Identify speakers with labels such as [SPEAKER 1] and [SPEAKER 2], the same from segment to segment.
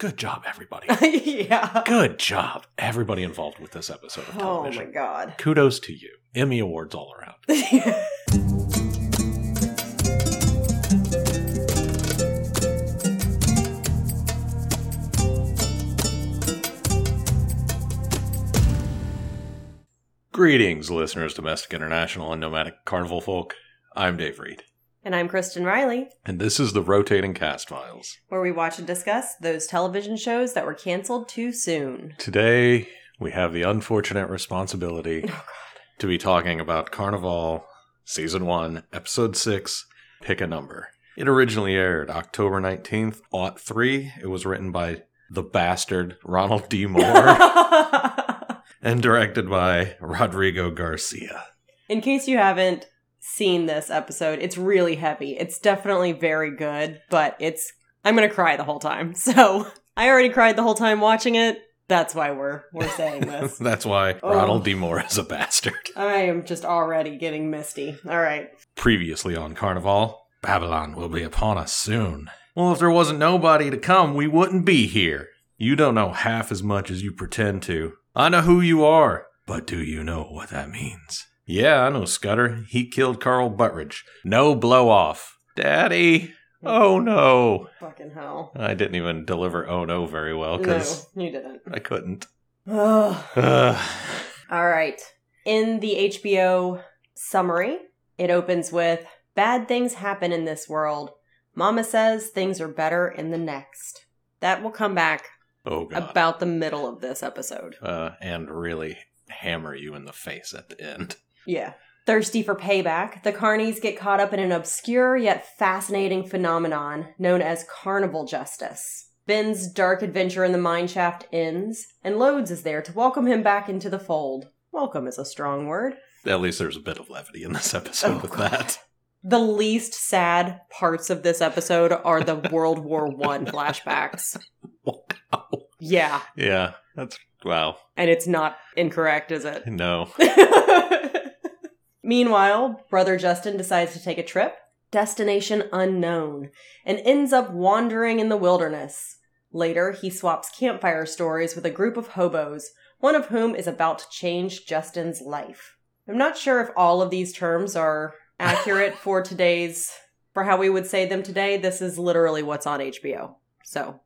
[SPEAKER 1] Good job, everybody.
[SPEAKER 2] yeah.
[SPEAKER 1] Good job, everybody involved with this episode of
[SPEAKER 2] Oh my
[SPEAKER 1] television.
[SPEAKER 2] god.
[SPEAKER 1] Kudos to you. Emmy awards all around. Greetings, listeners, domestic, international, and nomadic carnival folk. I'm Dave Reed,
[SPEAKER 2] and I'm Kristen Riley,
[SPEAKER 1] and this is the Rotating Cast Files.
[SPEAKER 2] where we watch and discuss those television shows that were canceled too soon.
[SPEAKER 1] Today, we have the unfortunate responsibility
[SPEAKER 2] Oh,
[SPEAKER 1] to be talking about Carnival Season 1, Episode 6, Pick a Number. It originally aired October 19th, aught 3. It was written by the bastard Ronald D. Moore and directed by Rodrigo Garcia.
[SPEAKER 2] In case you haven't seen this episode, it's really heavy. It's definitely very good, but it's I'm gonna cry the whole time. So I already cried the whole time watching it. That's why we're we're saying this.
[SPEAKER 1] That's why
[SPEAKER 2] Oh.
[SPEAKER 1] Ronald D. Moore is a bastard.
[SPEAKER 2] I am just already getting misty. All right.
[SPEAKER 1] Previously on Carnival, Babylon will be upon us soon. Well, if there wasn't nobody to come, we wouldn't be here. You don't know half as much as you pretend to. I know who you are, but do you know what that means? Yeah, I know Scudder. He killed Carl Buttridge. No blow off. Daddy. Oh no.
[SPEAKER 2] Fucking hell.
[SPEAKER 1] I didn't even deliver oh no very well because
[SPEAKER 2] No, you didn't.
[SPEAKER 1] I couldn't. Oh,
[SPEAKER 2] Ugh.
[SPEAKER 1] Ugh.
[SPEAKER 2] All right. In the HBO summary, it opens with Bad things happen in this world. Mama says things are better in the next. That will come back
[SPEAKER 1] Oh god.
[SPEAKER 2] about the middle of this episode.
[SPEAKER 1] uh, and really hammer you in the face at the end.
[SPEAKER 2] Yeah. Thirsty for payback, the Carneys get caught up in an obscure yet fascinating phenomenon known as carnival justice. Ben's dark adventure in the mine shaft ends, and Lodes is there to welcome him back into the fold. Welcome is a strong word.
[SPEAKER 1] At least there's a bit of levity in this episode
[SPEAKER 2] Oh,
[SPEAKER 1] with
[SPEAKER 2] God.
[SPEAKER 1] that.
[SPEAKER 2] The least sad parts of this episode are the World War One flashbacks.
[SPEAKER 1] Wow.
[SPEAKER 2] Yeah,
[SPEAKER 1] Yeah, that's wow.
[SPEAKER 2] and it's not incorrect, is it?
[SPEAKER 1] No,
[SPEAKER 2] Meanwhile, brother Justin decides to take a trip, destination unknown, and ends up wandering in the wilderness. Later, he swaps campfire stories with a group of hobos, one of whom is about to change Justin's life. I'm not sure if all of these terms are accurate for today's, for how we would say them today. This is literally what's on HBO. So,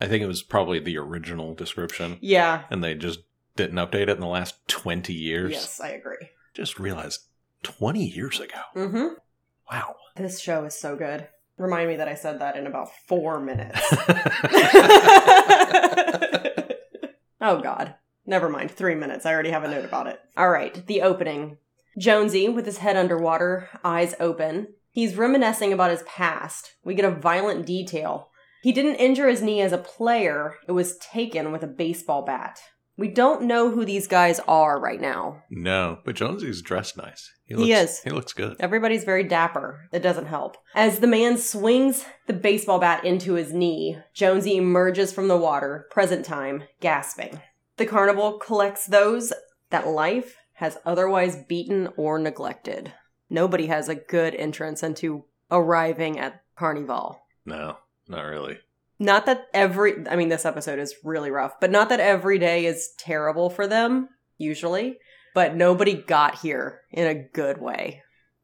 [SPEAKER 1] I think it was probably the original description,
[SPEAKER 2] yeah.
[SPEAKER 1] and they just didn't update it in the last twenty years.
[SPEAKER 2] Yes, I agree.
[SPEAKER 1] Just realized twenty years ago.
[SPEAKER 2] Mm hmm.
[SPEAKER 1] Wow.
[SPEAKER 2] This show is so good. Remind me that I said that in about four minutes. oh, God. Never mind. Three minutes. I already have a note about it. All right. The opening. Jonesy, with his head underwater, eyes open. He's reminiscing about his past. We get a violent detail. He didn't injure his knee as a player, it was taken with a baseball bat. We don't know who these guys are right now.
[SPEAKER 1] no, but Jonesy's dressed nice. He
[SPEAKER 2] He
[SPEAKER 1] looks,
[SPEAKER 2] is.
[SPEAKER 1] He looks good.
[SPEAKER 2] Everybody's very dapper. It doesn't help. As the man swings the baseball bat into his knee, Jonesy emerges from the water, present time, gasping. The carnival collects those that life has otherwise beaten or neglected. Nobody has a good entrance into arriving at Carnival.
[SPEAKER 1] No, not really.
[SPEAKER 2] Not that every, I mean, this episode is really rough, but not that every day is terrible for them, usually, but nobody got here in a good way.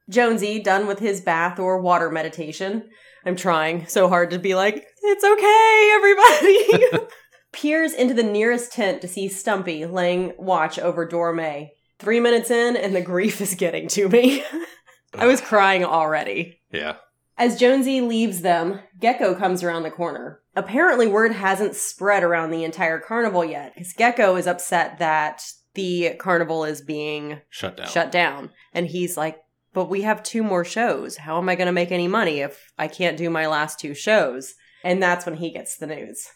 [SPEAKER 2] Jonesy, done with his bath or water meditation, I'm trying so hard to be like, it's okay, everybody, peers into the nearest tent to see Stumpy laying watch over Dorme. Three minutes in, and the grief is getting to me. I was crying already.
[SPEAKER 1] Yeah.
[SPEAKER 2] As Jonesy leaves them, Gecko comes around the corner. Apparently, word hasn't spread around the entire carnival yet because Gecko is upset that the carnival is being
[SPEAKER 1] Shut down.
[SPEAKER 2] shut down. And he's like, But we have two more shows. How am I going to make any money if I can't do my last two shows? And that's when he gets the news.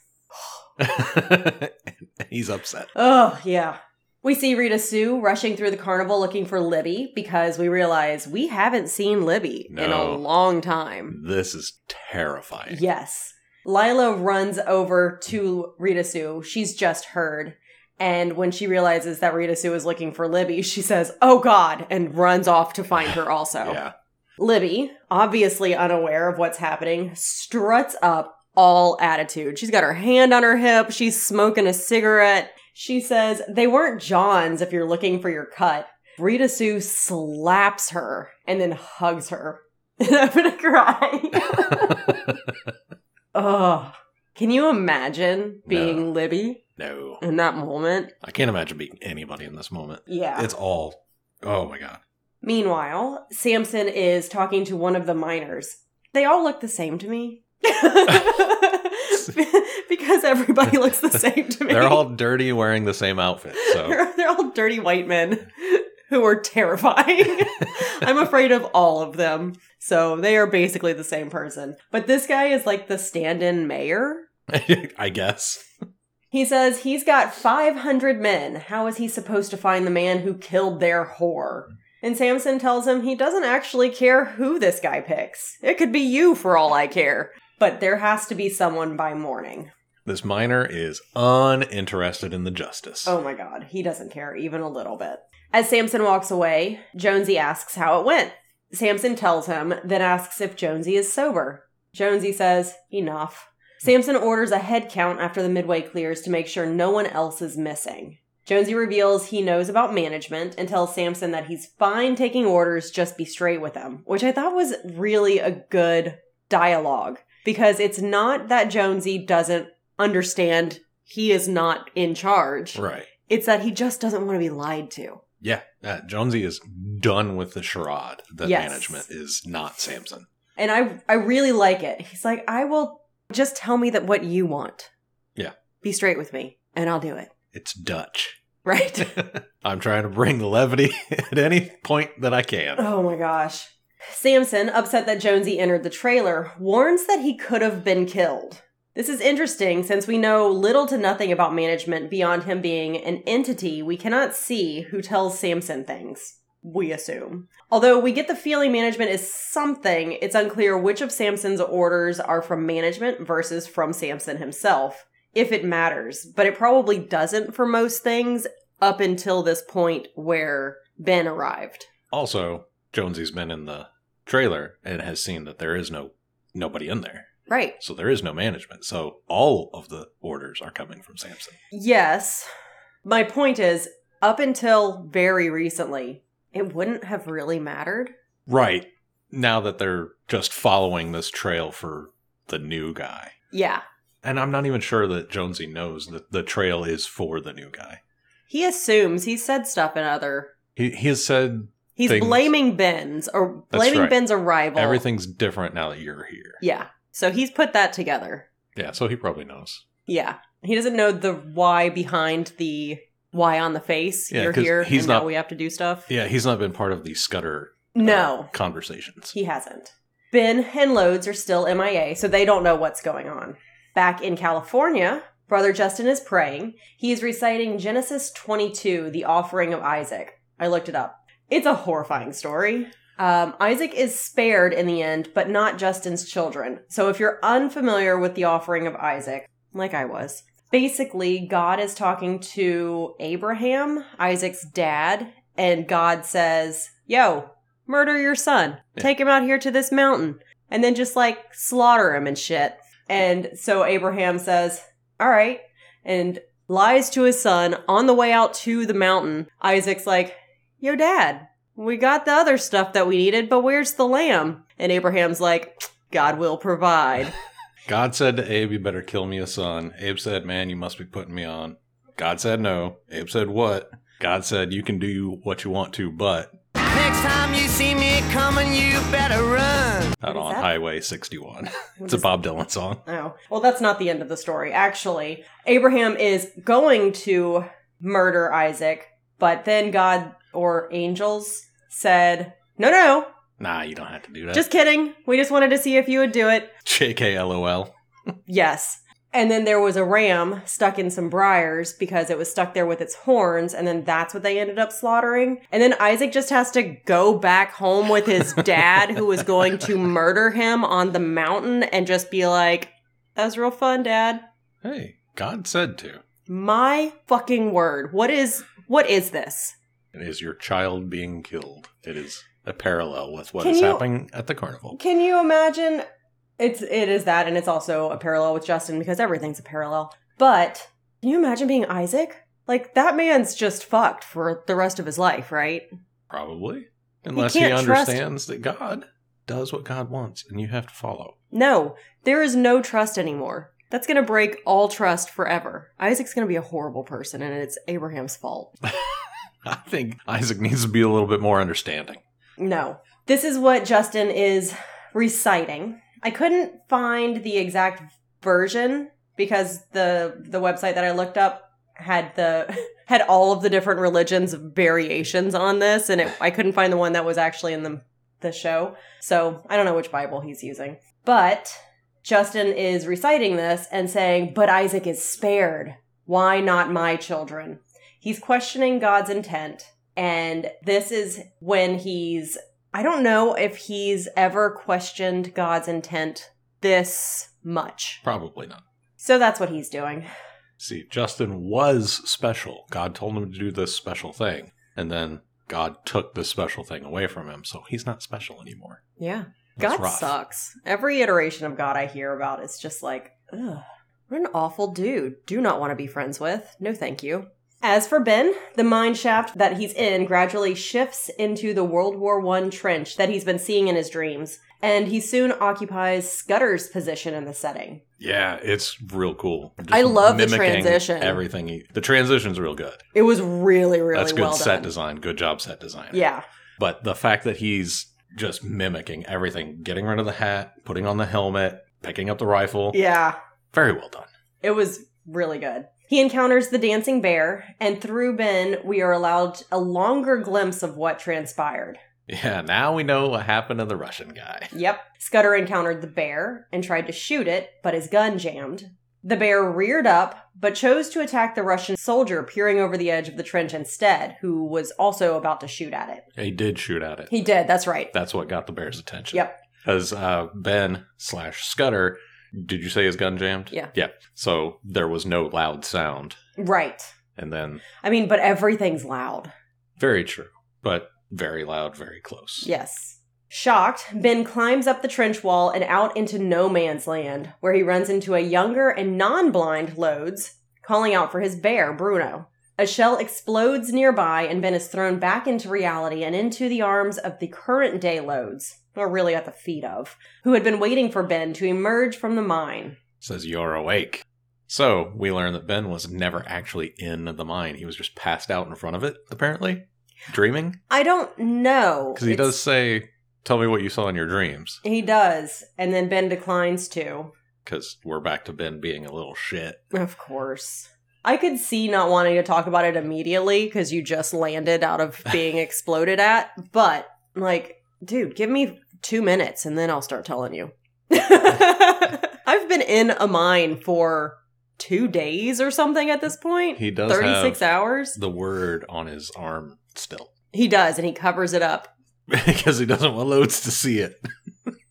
[SPEAKER 1] He's upset.
[SPEAKER 2] Oh, yeah. We see Rita Sue rushing through the carnival looking for Libby because we realize we haven't seen Libby in a
[SPEAKER 1] No.
[SPEAKER 2] long time.
[SPEAKER 1] This is terrifying.
[SPEAKER 2] Yes. Lila runs over to Rita Sue. She's just heard. And when she realizes that Rita Sue is looking for Libby, she says, Oh God, and runs off to find her also.
[SPEAKER 1] Yeah.
[SPEAKER 2] Libby, obviously unaware of what's happening, struts up all attitude. She's got her hand on her hip. She's smoking a cigarette. She says, They weren't John's if you're looking for your cut. Rita Sue slaps her and then hugs her. And I'm gonna cry. Ugh. Can you imagine being
[SPEAKER 1] No.
[SPEAKER 2] Libby
[SPEAKER 1] no,
[SPEAKER 2] in that moment?
[SPEAKER 1] I can't imagine being anybody in this moment.
[SPEAKER 2] Yeah.
[SPEAKER 1] It's all. Oh my god.
[SPEAKER 2] Meanwhile, Samson is talking to one of the miners. They all look the same to me. because everybody looks the same to me.
[SPEAKER 1] They're all dirty, wearing the same outfit. So
[SPEAKER 2] they're, they're all dirty white men who are terrifying. I'm afraid of all of them. So they are basically the same person. But this guy is like the stand in mayor.
[SPEAKER 1] I guess.
[SPEAKER 2] He says he's got 500 men. How is he supposed to find the man who killed their whore? And Samson tells him he doesn't actually care who this guy picks. It could be you for all I care. But there has to be someone by morning.
[SPEAKER 1] This miner is uninterested in the justice.
[SPEAKER 2] Oh my god, he doesn't care even a little bit. As Samson walks away, Jonesy asks how it went. Samson tells him, then asks if Jonesy is sober. Jonesy says, enough. Samson orders a head count after the midway clears to make sure no one else is missing. Jonesy reveals he knows about management and tells Samson that he's fine taking orders, just be straight with him, which I thought was really a good dialogue because it's not that Jonesy doesn't understand he is not in charge.
[SPEAKER 1] Right.
[SPEAKER 2] It's that he just doesn't want to be lied to.
[SPEAKER 1] Yeah. Uh, Jonesy is done with the charade that
[SPEAKER 2] Yes.
[SPEAKER 1] management is not Samson.
[SPEAKER 2] And I I really like it. He's like, I will just tell me that what you want.
[SPEAKER 1] Yeah.
[SPEAKER 2] Be straight with me and I'll do it.
[SPEAKER 1] It's Dutch.
[SPEAKER 2] Right?
[SPEAKER 1] I'm trying to bring the levity at any point that I can.
[SPEAKER 2] oh my gosh. Samson, upset that Jonesy entered the trailer, warns that he could have been killed. This is interesting since we know little to nothing about management beyond him being an entity we cannot see who tells Samson things. We assume. Although we get the feeling management is something, it's unclear which of Samson's orders are from management versus from Samson himself, if it matters. But it probably doesn't for most things up until this point where Ben arrived.
[SPEAKER 1] Also, Jonesy's been in the trailer and has seen that there is no nobody in there.
[SPEAKER 2] Right.
[SPEAKER 1] So there is no management. So all of the orders are coming from Samson.
[SPEAKER 2] Yes. My point is, up until very recently, it wouldn't have really mattered.
[SPEAKER 1] Right. Now that they're just following this trail for the new guy.
[SPEAKER 2] Yeah.
[SPEAKER 1] And I'm not even sure that Jonesy knows that the trail is for the new guy.
[SPEAKER 2] He assumes he said stuff in other.
[SPEAKER 1] He, he has said
[SPEAKER 2] He's
[SPEAKER 1] Things.
[SPEAKER 2] blaming Ben's or
[SPEAKER 1] That's
[SPEAKER 2] blaming
[SPEAKER 1] right.
[SPEAKER 2] Ben's arrival.
[SPEAKER 1] everything's different now that you're here.
[SPEAKER 2] Yeah. So he's put that together.
[SPEAKER 1] Yeah, so he probably knows.
[SPEAKER 2] Yeah. He doesn't know the why behind the why on the face.
[SPEAKER 1] Yeah,
[SPEAKER 2] You're
[SPEAKER 1] 'cause
[SPEAKER 2] here
[SPEAKER 1] he's
[SPEAKER 2] and
[SPEAKER 1] not-
[SPEAKER 2] now we have to do stuff.
[SPEAKER 1] Yeah, he's not been part of the Scudder uh,
[SPEAKER 2] No,
[SPEAKER 1] conversations.
[SPEAKER 2] he hasn't. Ben and Lodes are still MIA, so they don't know what's going on. Back in California, Brother Justin is praying. He is reciting Genesis 22, the offering of Isaac. I looked it up. It's a horrifying story. Um, Isaac is spared in the end, but not Justin's children. So if you're unfamiliar with the offering of Isaac, like I was, basically God is talking to Abraham, Isaac's dad, and God says, Yo, murder your son.
[SPEAKER 1] Yeah.
[SPEAKER 2] Take him out here to this mountain. And then just like slaughter him and shit. And so Abraham says, All right. And lies to his son on the way out to the mountain. Isaac's like, Yo, dad, we got the other stuff that we needed, but where's the lamb? And Abraham's like, God will provide.
[SPEAKER 1] God said to Abe, You better kill me a son. Abe said, Man, you must be putting me on. God said, No. Abe said, What? God said, You can do what you want to, but
[SPEAKER 3] Next time you see me coming, you better run.
[SPEAKER 1] not
[SPEAKER 2] What is
[SPEAKER 1] on
[SPEAKER 2] that?
[SPEAKER 1] Highway 61.
[SPEAKER 2] What
[SPEAKER 1] it's a
[SPEAKER 2] is-
[SPEAKER 1] Bob Dylan song.
[SPEAKER 2] Oh, well, that's not the end of the story. Actually, Abraham is going to murder Isaac, but then God or angels said, No, no,
[SPEAKER 1] Nah, you don't have to do that.
[SPEAKER 2] just kidding. We just wanted to see if you would do it.
[SPEAKER 1] JK LOL.
[SPEAKER 2] Yes. And then there was a ram stuck in some briars because it was stuck there with its horns, and then that's what they ended up slaughtering. And then Isaac just has to go back home with his dad, who was going to murder him on the mountain, and just be like, That was real fun, Dad.
[SPEAKER 1] Hey, God said to.
[SPEAKER 2] My fucking word. What is what is this?
[SPEAKER 1] It is your child being killed. It is a parallel with what
[SPEAKER 2] Can
[SPEAKER 1] is
[SPEAKER 2] you-
[SPEAKER 1] happening at the carnival.
[SPEAKER 2] Can you imagine It's it is that, and it's also a parallel with Justin because everything's a parallel. But can you imagine being Isaac? Like that man's just fucked for the rest of his life, right?
[SPEAKER 1] Probably. Unless he
[SPEAKER 2] can't trust-
[SPEAKER 1] understands that God does what God wants and you have to follow.
[SPEAKER 2] No, there is no trust anymore. That's gonna break all trust forever. Isaac's gonna be a horrible person, and it's Abraham's fault.
[SPEAKER 1] I think Isaac needs to be a little bit more understanding.
[SPEAKER 2] No. This is what Justin is reciting. I couldn't find the exact version because the the website that I looked up had the had all of the different religions variations on this and it, I couldn't find the one that was actually in the the show. So, I don't know which bible he's using. But Justin is reciting this and saying, "But Isaac is spared. Why not my children?" He's questioning God's intent and this is when he's, I don't know if he's ever questioned God's intent this much.
[SPEAKER 1] Probably not.
[SPEAKER 2] So that's what he's doing.
[SPEAKER 1] See, Justin was special. God told him to do this special thing. And then God took this special thing away from him. So he's not special anymore.
[SPEAKER 2] Yeah.
[SPEAKER 1] That's
[SPEAKER 2] God
[SPEAKER 1] rough.
[SPEAKER 2] sucks. Every iteration of God I hear about is just like, ugh, what an awful dude. Do not want to be friends with. No, thank you. As for Ben, the mine shaft that he's in gradually shifts into the World War I trench that he's been seeing in his dreams, and he soon occupies Scudder's position in the setting.
[SPEAKER 1] Yeah, it's real cool. Just
[SPEAKER 2] I love the
[SPEAKER 1] mimicking
[SPEAKER 2] transition.
[SPEAKER 1] Everything. He, the transition's real good.
[SPEAKER 2] It was really, really
[SPEAKER 1] That's good
[SPEAKER 2] well
[SPEAKER 1] set
[SPEAKER 2] done.
[SPEAKER 1] design. Good job, set design.
[SPEAKER 2] Yeah.
[SPEAKER 1] But the fact that he's just mimicking everything, getting rid of the hat, putting on the helmet, picking up the rifle,
[SPEAKER 2] Yeah.
[SPEAKER 1] very well done.
[SPEAKER 2] It was really good. He encounters the dancing bear, and through Ben, we are allowed a longer glimpse of what transpired.
[SPEAKER 1] Yeah, now we know what happened to the Russian guy.
[SPEAKER 2] Yep. Scudder encountered the bear and tried to shoot it, but his gun jammed. The bear reared up, but chose to attack the Russian soldier peering over the edge of the trench instead, who was also about to shoot at it.
[SPEAKER 1] He did shoot at it.
[SPEAKER 2] He did, that's right.
[SPEAKER 1] That's what got the bear's attention.
[SPEAKER 2] Yep.
[SPEAKER 1] Because uh, Ben slash Scudder, did you say his gun jammed?
[SPEAKER 2] Yeah.
[SPEAKER 1] Yeah. So there was no loud sound.
[SPEAKER 2] Right.
[SPEAKER 1] And then,
[SPEAKER 2] I mean, but everything's loud.
[SPEAKER 1] very true, but very loud, very close.
[SPEAKER 2] Yes. Shocked, Ben climbs up the trench wall and out into no man's land, where he runs into a younger and non blind Lodes, calling out for his bear, Bruno. A shell explodes nearby, and Ben is thrown back into reality and into the arms of the current day Lodes, or really at the feet of, who had been waiting for Ben to emerge from the mine.
[SPEAKER 1] Says, you're awake. So we learn that Ben was never actually in the mine. He was just passed out in front of it, apparently, dreaming.
[SPEAKER 2] I don't know.
[SPEAKER 1] Because he
[SPEAKER 2] It's-
[SPEAKER 1] does say, tell me what you saw in your dreams.
[SPEAKER 2] He does, and then Ben declines to.
[SPEAKER 1] Because we're back to Ben being a little shit.
[SPEAKER 2] Of course. I could see not wanting to talk about it immediately because you just landed out of being exploded at, but like, dude, give me two minutes and then I'll start telling you. I've been in a mine for two days or something at this point.
[SPEAKER 1] He does
[SPEAKER 2] 36
[SPEAKER 1] have
[SPEAKER 2] hours.
[SPEAKER 1] the word on his arm still.
[SPEAKER 2] He does, and he covers it up.
[SPEAKER 1] because he doesn't want Loads to see it.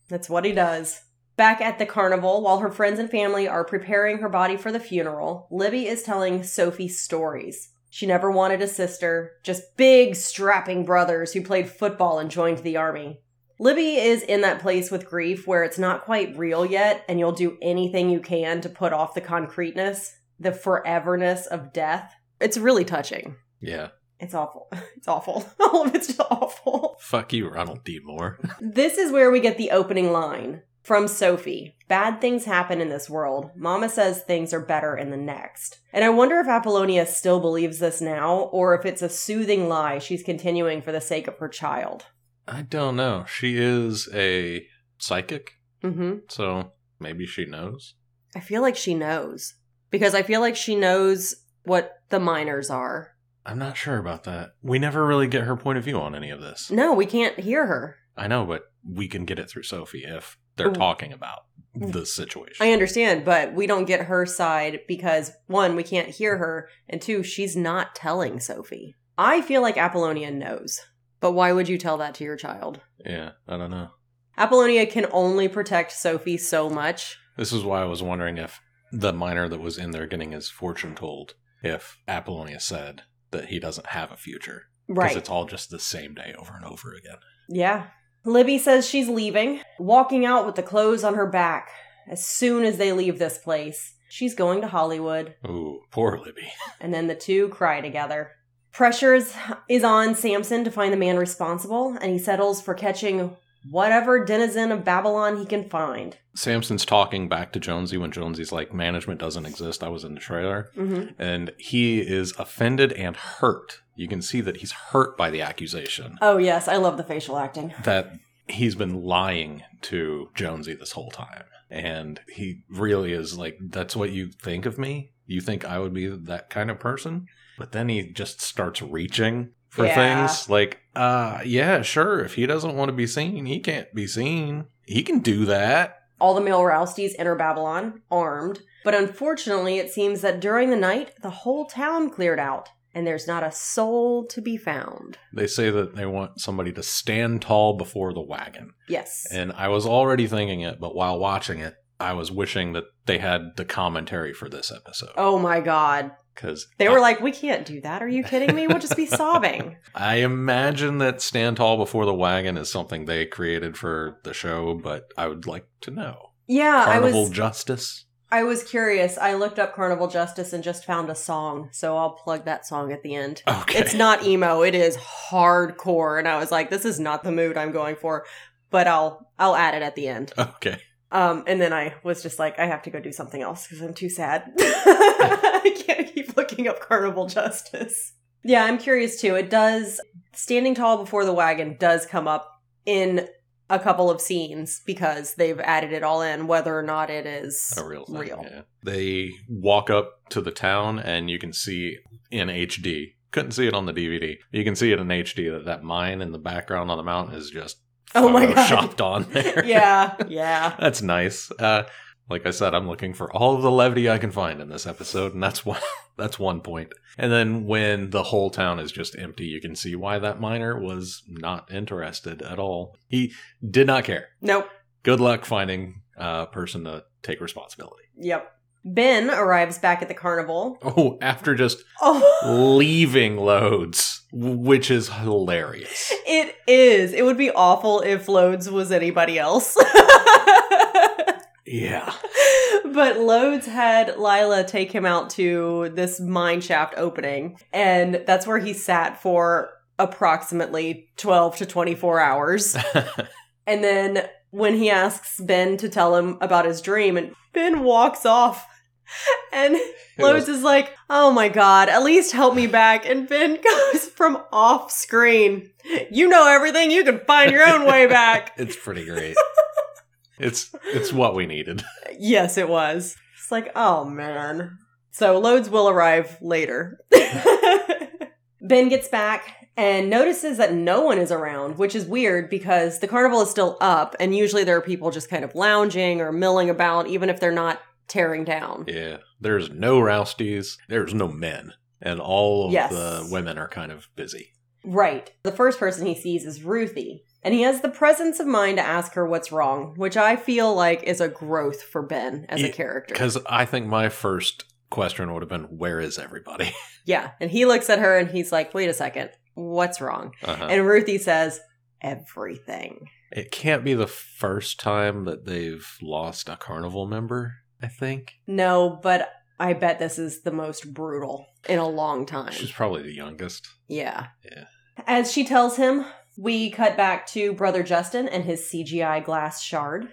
[SPEAKER 2] That's what he does. Back at the carnival, while her friends and family are preparing her body for the funeral, Libby is telling Sophie stories. She never wanted a sister, just big, strapping brothers who played football and joined the army. Libby is in that place with grief where it's not quite real yet, and you'll do anything you can to put off the concreteness, the foreverness of death. It's really touching.
[SPEAKER 1] Yeah.
[SPEAKER 2] It's awful. It's awful. All of it's just awful.
[SPEAKER 1] Fuck you, Ronald D. Moore.
[SPEAKER 2] This is where we get the opening line from Sophie. Bad things happen in this world. Mama says things are better in the next. And I wonder if Apollonia still believes this now, or if it's a soothing lie she's continuing for the sake of her child.
[SPEAKER 1] I don't know. She is a psychic,
[SPEAKER 2] hmm
[SPEAKER 1] so maybe she knows.
[SPEAKER 2] I feel like she knows. Because I feel like she knows what the miners are.
[SPEAKER 1] I'm not sure about that. We never really get her point of view on any of this.
[SPEAKER 2] No, we can't hear her.
[SPEAKER 1] I know, but we can get it through Sophie if they're
[SPEAKER 2] Ooh.
[SPEAKER 1] talking about the situation.
[SPEAKER 2] Mm. I understand, but we don't get her side because one, we can't hear her, and two, she's not telling Sophie. I feel like Apollonia knows, but why would you tell that to your child?
[SPEAKER 1] yeah, I don't know.
[SPEAKER 2] Apollonia can only protect Sophie so much.
[SPEAKER 1] This is why I was wondering if the miner that was in there getting his fortune told, if Apollonia said that he doesn't have a future. Because
[SPEAKER 2] Right.
[SPEAKER 1] it's all just the same day over and over again.
[SPEAKER 2] yeah. Libby says she's leaving, walking out with the clothes on her back as soon as they leave this place. She's going to Hollywood,
[SPEAKER 1] Ooh, poor Libby.
[SPEAKER 2] and then the two cry together. Pressure is, is on Samson to find the man responsible, and he settles for catching whatever denizen of Babylon he can find.
[SPEAKER 1] Samson's talking back to Jonesy when Jonesy's like, management doesn't exist. I was in the trailer.
[SPEAKER 2] Mm-hmm.
[SPEAKER 1] And he is offended and hurt. You can see that he's hurt by the accusation
[SPEAKER 2] Oh, yes, I love the facial acting.
[SPEAKER 1] that he's been lying to Jonesy this whole time. And he really is like, that's what you think of me? You think I would be that kind of person? But then he just starts reaching for
[SPEAKER 2] Yeah.
[SPEAKER 1] things like, uh, yeah, sure. If he doesn't want to be seen, he can't be seen. He can do that.
[SPEAKER 2] All the male Rousties enter Babylon, armed, but unfortunately, it seems that during the night, the whole town cleared out, and there's not a soul to be found.
[SPEAKER 1] They say that they want somebody to stand tall before the wagon.
[SPEAKER 2] Yes.
[SPEAKER 1] And I was already thinking it, but while watching it, I was wishing that they had the commentary for this episode.
[SPEAKER 2] oh my god.
[SPEAKER 1] Because
[SPEAKER 2] They were like, we can't do that. Are you kidding me? We'll just be sobbing.
[SPEAKER 1] I imagine that Stand Tall Before the Wagon is something they created for the show, but I would like to know.
[SPEAKER 2] Yeah,
[SPEAKER 1] Carnival
[SPEAKER 2] Uh, I was
[SPEAKER 1] Justice?
[SPEAKER 2] I was curious. I looked up Carnival Justice and just found a song, so I'll plug that song at the end.
[SPEAKER 1] Okay.
[SPEAKER 2] It's not emo, it is hardcore, and I was like, this is not the mood I'm going for, but I'll I'll add it at the end.
[SPEAKER 1] Okay.
[SPEAKER 2] Um, and then I was just like, I have to go do something else because I'm too sad. I can't keep looking up Carnival Justice. Yeah, I'm curious too. It does, Standing Tall Before the Wagon does come up in a couple of scenes because they've added it all in, whether or not it is
[SPEAKER 1] A real thing.
[SPEAKER 2] Real.
[SPEAKER 1] yeah. They walk up to the town, and you can see in HD. Couldn't see it on the DVD. You can see it in HD that that mine in the background on the mountain is just
[SPEAKER 2] Oh my God.
[SPEAKER 1] photoshopped on there.
[SPEAKER 2] yeah, yeah.
[SPEAKER 1] That's nice. Uh, like I said, I'm looking for all of the levity I can find in this episode, and that's one that's one point. And then when the whole town is just empty, you can see why that miner was not interested at all. He did not care.
[SPEAKER 2] Nope.
[SPEAKER 1] Good luck finding a person to take responsibility.
[SPEAKER 2] Yep. Ben arrives back at the carnival.
[SPEAKER 1] Oh, after just
[SPEAKER 2] Oh,
[SPEAKER 1] leaving loads, which is hilarious.
[SPEAKER 2] it is. It would be awful if Loads was anybody else.
[SPEAKER 1] Yeah.
[SPEAKER 2] but Lodes had Lila take him out to this mine shaft opening, and that's where he sat for approximately 12 to 24 hours. and then when he asks Ben to tell him about his dream, and Ben walks off. And Lodes is like, oh my god, at least help me back. And Ben goes from off screen. You know everything, you can find your own way back.
[SPEAKER 1] It's pretty great. it's it's what we needed.
[SPEAKER 2] Yes, it was. It's like, oh man. So loads will arrive later. ben gets back and notices that no one is around, which is weird because the carnival is still up and usually there are people just kind of lounging or milling about, even if they're not tearing down.
[SPEAKER 1] Yeah. There's no rousties. There's no men. And all of
[SPEAKER 2] Yes.
[SPEAKER 1] the women are kind of busy.
[SPEAKER 2] Right. The first person he sees is Ruthie. And he has the presence of mind to ask her what's wrong, which I feel like is a growth for Ben as a
[SPEAKER 1] Yeah,
[SPEAKER 2] character.
[SPEAKER 1] Because I think my first question would have been, where is everybody?
[SPEAKER 2] Yeah. And he looks at her and he's like, wait a second, what's wrong?
[SPEAKER 1] Uh-huh.
[SPEAKER 2] And Ruthie says, everything.
[SPEAKER 1] It can't be the first time that they've lost a carnival member, I think.
[SPEAKER 2] No, but I bet this is the most brutal in a long time.
[SPEAKER 1] She's probably the youngest.
[SPEAKER 2] Yeah.
[SPEAKER 1] Yeah.
[SPEAKER 2] As she tells him, we cut back to Brother Justin and his CGI glass shard.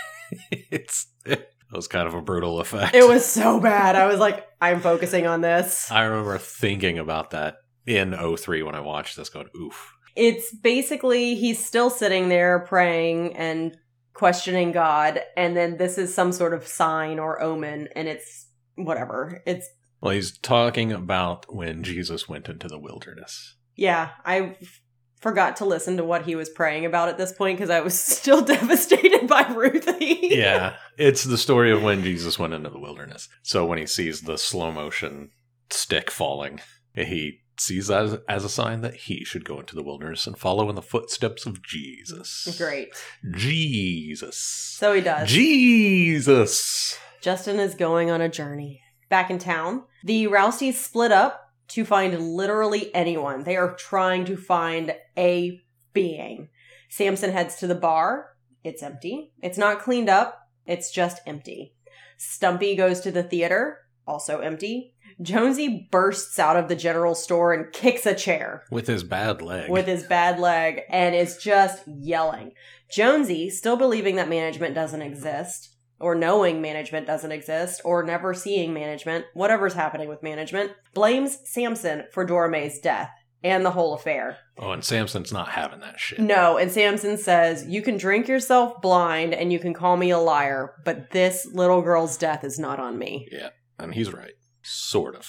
[SPEAKER 1] it's it was kind of a brutal effect.
[SPEAKER 2] It was so bad. I was like, I'm focusing on this.
[SPEAKER 1] I remember thinking about that in 03 when I watched this going, oof.
[SPEAKER 2] It's basically he's still sitting there praying and questioning God, and then this is some sort of sign or omen, and it's whatever. It's
[SPEAKER 1] Well, he's talking about when Jesus went into the wilderness.
[SPEAKER 2] Yeah, I f- forgot to listen to what he was praying about at this point because I was still devastated by Ruthie.
[SPEAKER 1] yeah, it's the story of when Jesus went into the wilderness. So when he sees the slow motion stick falling, he sees that as, as a sign that he should go into the wilderness and follow in the footsteps of Jesus.
[SPEAKER 2] Great.
[SPEAKER 1] Jesus.
[SPEAKER 2] So he does.
[SPEAKER 1] Jesus.
[SPEAKER 2] Justin is going on a journey. Back in town, the Rouseys split up to find literally anyone. They are trying to find a being. Samson heads to the bar. It's empty. It's not cleaned up. It's just empty. Stumpy goes to the theater. Also empty. Jonesy bursts out of the general store and kicks a chair
[SPEAKER 1] With his bad leg.
[SPEAKER 2] with his bad leg and is just yelling. Jonesy, still believing that management doesn't exist, or knowing management doesn't exist, or never seeing management, whatever's happening with management, blames Samson for Dorme's death and the whole affair.
[SPEAKER 1] oh, and Samson's not having that shit.
[SPEAKER 2] No, and Samson says, You can drink yourself blind and you can call me a liar, but this little girl's death is not on me.
[SPEAKER 1] And he's right. Sort of.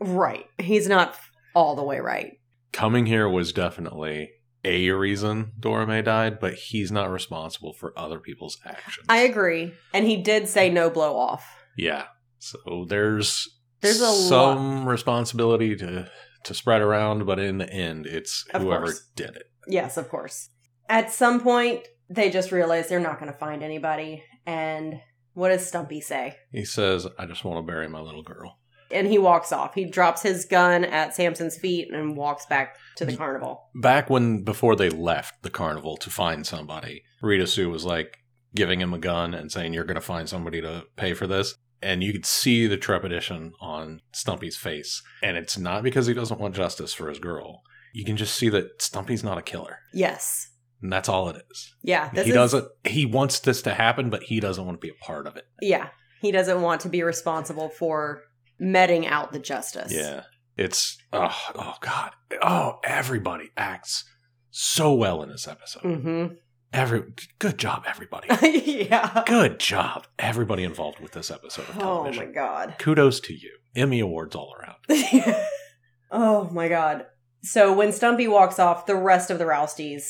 [SPEAKER 2] Right. He's not all the way right.
[SPEAKER 1] Coming here was definitely a reason Dorame died, but he's not responsible for other people's actions.
[SPEAKER 2] I agree. And he did say no blow off.
[SPEAKER 1] Yeah. So there's
[SPEAKER 2] There's a lot.
[SPEAKER 1] some responsibility to to spread around, but in the end, it's
[SPEAKER 2] Of
[SPEAKER 1] whoever
[SPEAKER 2] course.
[SPEAKER 1] did it.
[SPEAKER 2] Yes, of course. At some point, they just realize they're not going to find anybody. And what does Stumpy say?
[SPEAKER 1] He says, "I just want to bury my little girl."
[SPEAKER 2] And he walks off. He drops his gun at Samson's feet and walks back to the carnival.
[SPEAKER 1] Back when before they left the carnival to find somebody, Rita Sue was like giving him a gun and saying, "You're going to find somebody to pay for this." And you could see the trepidation on Stumpy's face, and it's not because he doesn't want justice for his girl. You can just see that Stumpy's not a killer,
[SPEAKER 2] Yes.
[SPEAKER 1] and that's all it is.
[SPEAKER 2] Yeah.
[SPEAKER 1] he
[SPEAKER 2] is-
[SPEAKER 1] doesn't. He wants this to happen, but he doesn't want to be a part of it.
[SPEAKER 2] Yeah. He doesn't want to be responsible for meting out the justice.
[SPEAKER 1] Yeah, it's oh, oh god, oh everybody acts so well in this episode.
[SPEAKER 2] Mm-hmm.
[SPEAKER 1] Every good job, everybody.
[SPEAKER 2] yeah.
[SPEAKER 1] good job, everybody involved with this episode of
[SPEAKER 2] Oh my
[SPEAKER 1] television.
[SPEAKER 2] God.
[SPEAKER 1] Kudos to you, Emmy awards all around.
[SPEAKER 2] oh my god. So when Stumpy walks off, the rest of the Rousties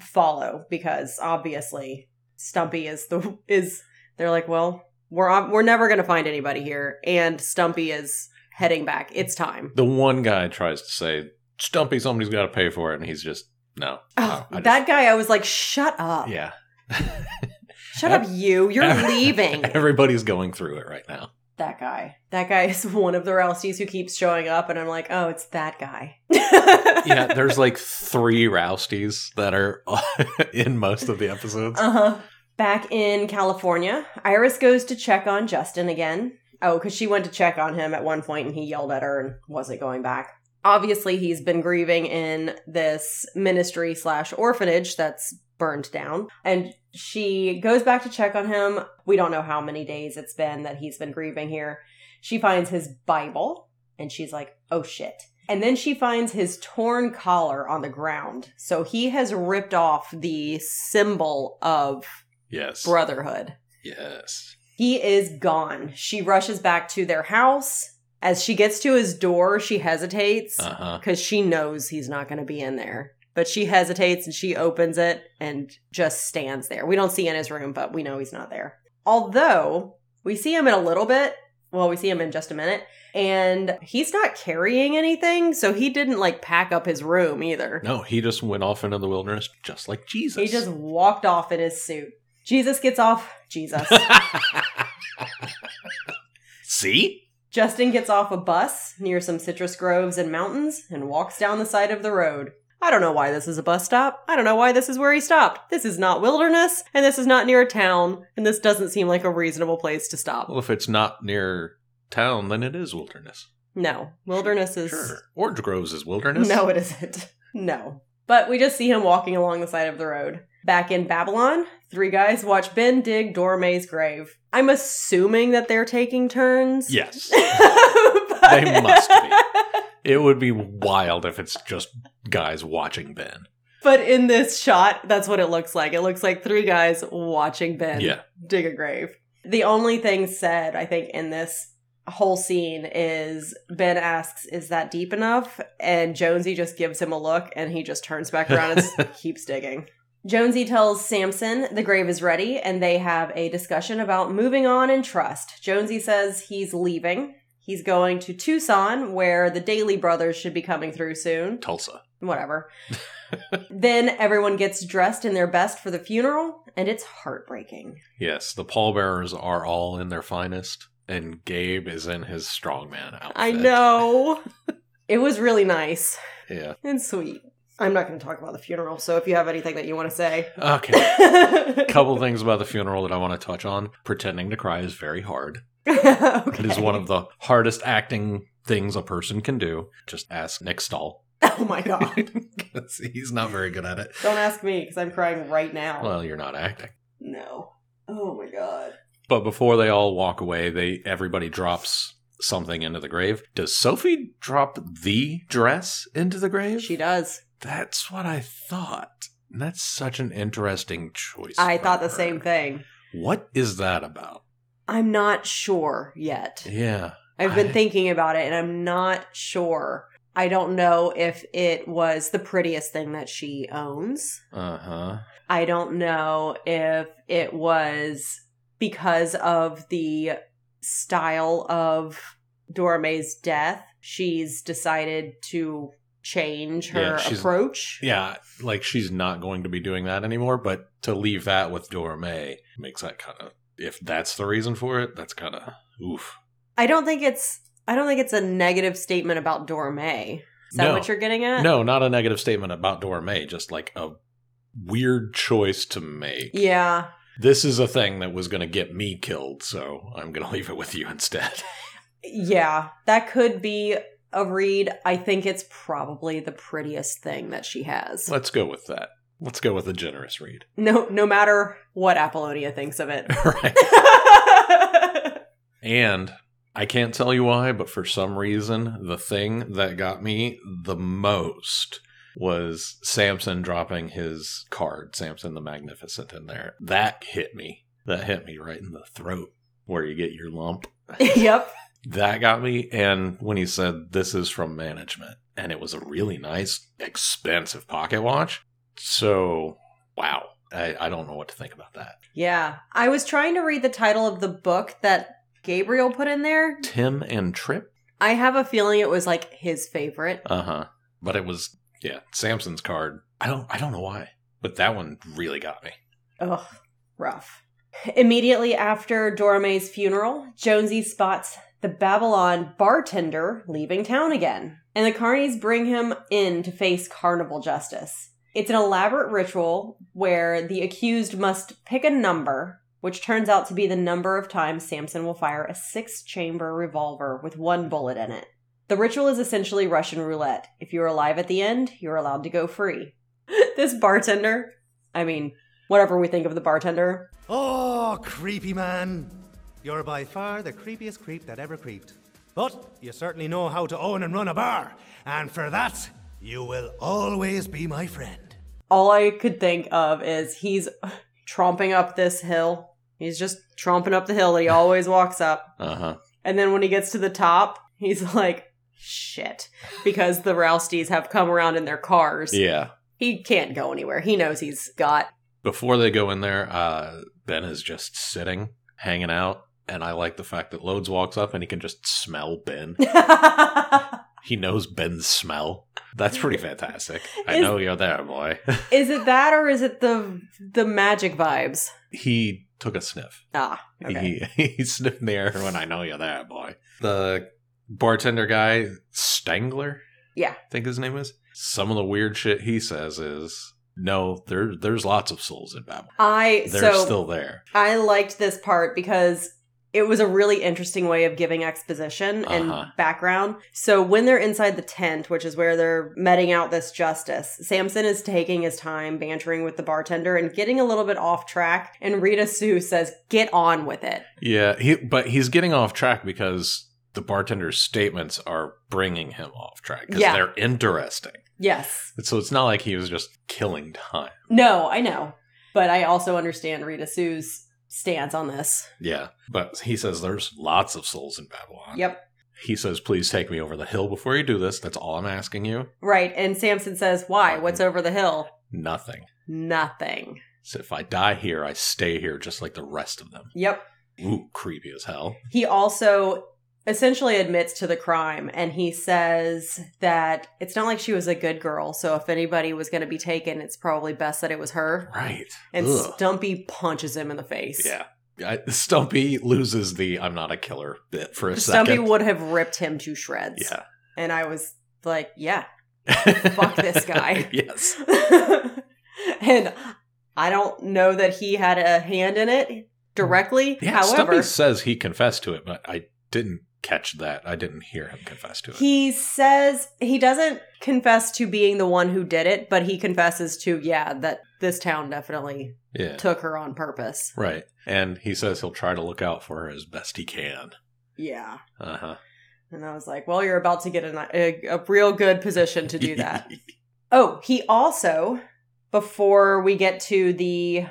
[SPEAKER 2] follow because obviously Stumpy is the is they're like, well, we're on, we're never going to find anybody here and Stumpy is heading back. It's time.
[SPEAKER 1] The one guy tries to say, "Stumpy, somebody's got to pay for it," and he's just no.
[SPEAKER 2] Oh,
[SPEAKER 1] no, I
[SPEAKER 2] that guy I was like, shut up.
[SPEAKER 1] just- yeah,
[SPEAKER 2] Shut up you. You're leaving.
[SPEAKER 1] Everybody's going through it right now.
[SPEAKER 2] that guy. That guy is one of the Rousties who keeps showing up and I'm like, "Oh, it's that guy."
[SPEAKER 1] Yeah, there's like three Rousties that are in most of the episodes.
[SPEAKER 2] Uh huh. Back in California, Iris goes to check on Justin again. Oh, because she went to check on him at one point and he yelled at her and wasn't going back. Obviously, he's been grieving in this ministry slash orphanage that's burned down. And she goes back to check on him. We don't know how many days it's been that he's been grieving here. She finds his Bible and she's like, oh shit. And then she finds his torn collar on the ground. So he has ripped off the symbol of
[SPEAKER 1] Yes,
[SPEAKER 2] brotherhood.
[SPEAKER 1] yes.
[SPEAKER 2] He is gone. She rushes back to their house. As she gets to his door, she hesitates
[SPEAKER 1] Uh huh.
[SPEAKER 2] because she knows he's not going to be in there. But she hesitates and she opens it and just stands there. We don't see in his room, but we know he's not there. Although we see him in a little bit. Well, we see him in just a minute. And he's not carrying anything. So he didn't like pack up his room either.
[SPEAKER 1] No, he just went off into the wilderness just like Jesus.
[SPEAKER 2] He just walked off in his suit. Jesus gets off. Jesus.
[SPEAKER 1] See?
[SPEAKER 2] Justin gets off a bus near some citrus groves and mountains and walks down the side of the road. I don't know why this is a bus stop. I don't know why this is where he stopped. This is not wilderness, and this is not near a town, and this doesn't seem like a reasonable place to stop.
[SPEAKER 1] Well, if it's not near town, then it is wilderness.
[SPEAKER 2] No, wilderness is.
[SPEAKER 1] Sure. Orange Groves is wilderness.
[SPEAKER 2] No, it isn't. No. But we just see him walking along the side of the road. Back in Babylon, three guys watch Ben dig Dorme's grave. I'm assuming that they're taking turns.
[SPEAKER 1] Yes.
[SPEAKER 2] But-
[SPEAKER 1] They must be. it would be wild if it's just guys watching Ben.
[SPEAKER 2] But in this shot, that's what it looks like. It looks like three guys watching Ben
[SPEAKER 1] Yeah.
[SPEAKER 2] dig a grave. The only thing said, I think, in this whole scene is Ben asks, Is that deep enough? And Jonesy just gives him a look and he just turns back around and s- keeps digging. Jonesy tells Samson the grave is ready and they have a discussion about moving on and trust. Jonesy says he's leaving. He's going to Tucson where the Daly brothers should be coming through soon
[SPEAKER 1] Tulsa.
[SPEAKER 2] whatever. then everyone gets dressed in their best for the funeral, and it's heartbreaking.
[SPEAKER 1] Yes, the pallbearers are all in their finest, and Gabe is in his strongman outfit.
[SPEAKER 2] I know. it was really nice
[SPEAKER 1] Yeah.
[SPEAKER 2] and sweet. I'm not going to talk about the funeral. So if you have anything that you want to say,
[SPEAKER 1] Okay. Couple things about the funeral that I want to touch on. Pretending to cry is very hard.
[SPEAKER 2] okay.
[SPEAKER 1] It is one of the hardest acting things a person can do. Just ask Nick Stahl.
[SPEAKER 2] Oh my god!
[SPEAKER 1] 'Cause He's not very good at it.
[SPEAKER 2] Don't ask me because I'm crying right now.
[SPEAKER 1] Well, you're not acting.
[SPEAKER 2] No. Oh my god.
[SPEAKER 1] But before they all walk away, they everybody drops something into the grave. Does Sophie drop the dress into the grave?
[SPEAKER 2] She does.
[SPEAKER 1] That's what I thought. And that's such an interesting choice.
[SPEAKER 2] I
[SPEAKER 1] for
[SPEAKER 2] thought the
[SPEAKER 1] her.
[SPEAKER 2] same thing.
[SPEAKER 1] What is that about?
[SPEAKER 2] I'm not sure yet.
[SPEAKER 1] Yeah.
[SPEAKER 2] I've been
[SPEAKER 1] I-
[SPEAKER 2] thinking about it and I'm not sure. I don't know if it was the prettiest thing that she owns.
[SPEAKER 1] Uh huh.
[SPEAKER 2] I don't know if it was because of the style of Dorme's death. She's decided to change
[SPEAKER 1] Yeah,
[SPEAKER 2] her
[SPEAKER 1] she's-
[SPEAKER 2] approach.
[SPEAKER 1] Yeah, like she's not going to be doing that anymore, but to leave that with Dora May makes that kind of, if that's the reason for it, that's kind of, oof.
[SPEAKER 2] I don't think it's I don't think it's a negative statement about Dorme. Is that
[SPEAKER 1] No.
[SPEAKER 2] what you're getting at?
[SPEAKER 1] No, not a negative statement about Dora May, just like a weird choice to make.
[SPEAKER 2] Yeah.
[SPEAKER 1] This is a thing that was going to get me killed, so I'm going to leave it with you instead.
[SPEAKER 2] Yeah, that could be a read. I think it's probably the prettiest thing that she has.
[SPEAKER 1] Let's go with that. Let's go with a generous read.
[SPEAKER 2] No no matter what Apollonia thinks of it.
[SPEAKER 1] right. And I can't tell you why, but for some reason, the thing that got me the most was Samson dropping his card, Samson the Magnificent, in there. That hit me. That hit me right in the throat where you get your lump.
[SPEAKER 2] yep.
[SPEAKER 1] That got me. And when he said, This is from management, and it was a really nice, expensive pocket watch. So, wow. I, I don't know what to think about that.
[SPEAKER 2] Yeah. I was trying to read the title of the book that Gabriel put in there.
[SPEAKER 1] Tim and Trip
[SPEAKER 2] I have a feeling it was like his favorite.
[SPEAKER 1] Uh huh. But it was yeah, Samson's card. I don't I don't know why, but that one really got me.
[SPEAKER 2] Ugh, rough. Immediately after Dorme's funeral, Jonesy spots the Babylon bartender leaving town again, and the Carnies bring him in to face carnival justice. It's an elaborate ritual where the accused must pick a number, which turns out to be the number of times Samson will fire a six chamber revolver with one bullet in it. The ritual is essentially Russian roulette. If you're alive at the end, you're allowed to go free. this bartender, I mean, whatever we think of the bartender.
[SPEAKER 3] Oh, creepy man. You're by far the creepiest creep that ever creeped. But you certainly know how to own and run a bar, and for that, you will always be my friend.
[SPEAKER 2] All I could think of is he's tromping up this hill. He's just tromping up the hill that he always walks up.
[SPEAKER 1] Uh huh.
[SPEAKER 2] And then when he gets to the top, he's like, shit. Because the Rousties have come around in their cars.
[SPEAKER 1] Yeah.
[SPEAKER 2] He can't go anywhere. He knows he's got.
[SPEAKER 1] Before they go in there, uh, Ben is just sitting, hanging out, and I like the fact that Lodes walks up and he can just smell Ben. he knows Ben's smell. That's pretty fantastic. I
[SPEAKER 2] Is-
[SPEAKER 1] know you're there, boy.
[SPEAKER 2] is it that or is it the the magic vibes?
[SPEAKER 1] he took a sniff.
[SPEAKER 2] Ah, okay.
[SPEAKER 1] He, he sniffed the air when I know you're there, boy. The bartender guy, Stangler?
[SPEAKER 2] Yeah.
[SPEAKER 1] I think his name is. Some of the weird shit he says is no, there, there's lots of souls in Babylon.
[SPEAKER 2] I
[SPEAKER 1] They're
[SPEAKER 2] so
[SPEAKER 1] still there.
[SPEAKER 2] I liked this part because it was a really interesting way of giving exposition
[SPEAKER 1] Uh-huh.
[SPEAKER 2] and background. So when they're inside the tent, which is where they're meting out this justice, Samson is taking his time bantering with the bartender and getting a little bit off track. And Rita Sue says, "Get on with it."
[SPEAKER 1] Yeah, he, but he's getting off track because the bartender's statements are bringing him off track because
[SPEAKER 2] Yeah.
[SPEAKER 1] they're interesting.
[SPEAKER 2] Yes.
[SPEAKER 1] So it's not like he was just killing time.
[SPEAKER 2] No, I know, but I also understand Rita Sue's stance on this.
[SPEAKER 1] Yeah. But he says there's lots of souls in Babylon.
[SPEAKER 2] Yep.
[SPEAKER 1] He says, please take me over the hill before you do this. That's all I'm asking you.
[SPEAKER 2] Right. And Samson says, "Why? What's over the hill?"
[SPEAKER 1] Nothing.
[SPEAKER 2] Nothing.
[SPEAKER 1] So if I die here, I stay here just like the rest of them.
[SPEAKER 2] Yep.
[SPEAKER 1] Ooh, creepy as hell.
[SPEAKER 2] he also essentially admits to the crime and he says that it's not like she was a good girl so if anybody was going to be taken it's probably best that it was her
[SPEAKER 1] Right.
[SPEAKER 2] and
[SPEAKER 1] Ugh.
[SPEAKER 2] stumpy punches him in the face
[SPEAKER 1] yeah. I, Stumpy loses the I'm not a killer bit for a
[SPEAKER 2] stumpy
[SPEAKER 1] second.
[SPEAKER 2] would have ripped him to shreds
[SPEAKER 1] yeah.
[SPEAKER 2] and i was like yeah Fuck this guy.
[SPEAKER 1] yes.
[SPEAKER 2] and I don't know that he had a hand in it directly.
[SPEAKER 1] Yeah, Stumpy
[SPEAKER 2] However,
[SPEAKER 1] says he confessed to it, but I didn't catch that. I didn't hear him confess to it.
[SPEAKER 2] he says he doesn't confess to being the one who did it, but he confesses to, yeah, that this town definitely
[SPEAKER 1] yeah.
[SPEAKER 2] took her on purpose.
[SPEAKER 1] right. And he says he'll try to look out for her as best he can.
[SPEAKER 2] Yeah.
[SPEAKER 1] Uh huh.
[SPEAKER 2] And I was like, well, you're about to get in a, a, a real good position to do that. Oh, he also before we get to the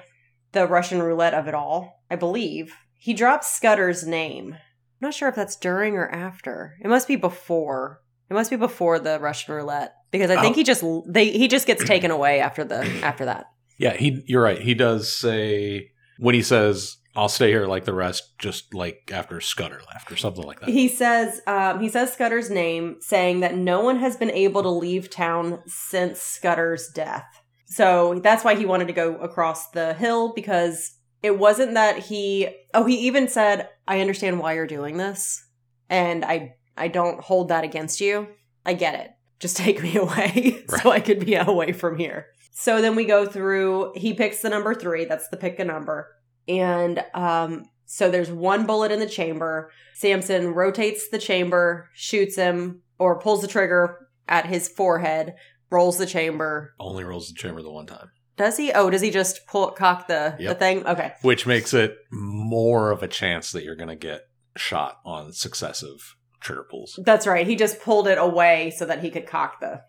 [SPEAKER 2] the Russian roulette of it all, I believe he drops Scudder's name. I'm not sure if that's during or after. It must be before. It must be before the Russian roulette because I think
[SPEAKER 1] Oh.
[SPEAKER 2] he just they he just gets taken away after the after that.
[SPEAKER 1] yeah, he. You're right. He does say when he says, "I'll stay here like the rest," just like after Scudder left or something like that.
[SPEAKER 2] He says um, he says Scudder's name, saying that no one has been able to leave town since Scudder's death. So that's why he wanted to go across the hill because it wasn't that he. Oh, he even said, "I understand why you're doing this, and I I don't hold that against you. I get it. Just take me away so I could be away from here." So then we go through. He picks the number three. That's the pick a number, and um. So there's one bullet in the chamber. Samson rotates the chamber, shoots him, or pulls the trigger at his forehead, rolls the chamber.
[SPEAKER 1] Only rolls the chamber the one time,
[SPEAKER 2] Does he? Oh, does he just pull cock the, the
[SPEAKER 1] Yep.
[SPEAKER 2] thing? Okay.
[SPEAKER 1] which makes it more of a chance that you're going to get shot on successive trigger pulls.
[SPEAKER 2] That's right. He just pulled it away so that he could cock the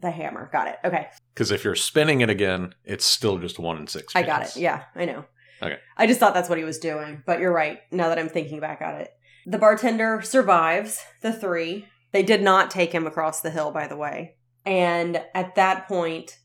[SPEAKER 2] the hammer. Got it. Okay.
[SPEAKER 1] Because if you're spinning it again, it's still just one in six.
[SPEAKER 2] I got
[SPEAKER 1] chance.
[SPEAKER 2] it. Yeah, I know.
[SPEAKER 1] Okay.
[SPEAKER 2] I just thought that's what he was doing, but you're right. Now that I'm thinking back on it, the bartender survives the three. They did not take him across the hill, by the way. And at that point,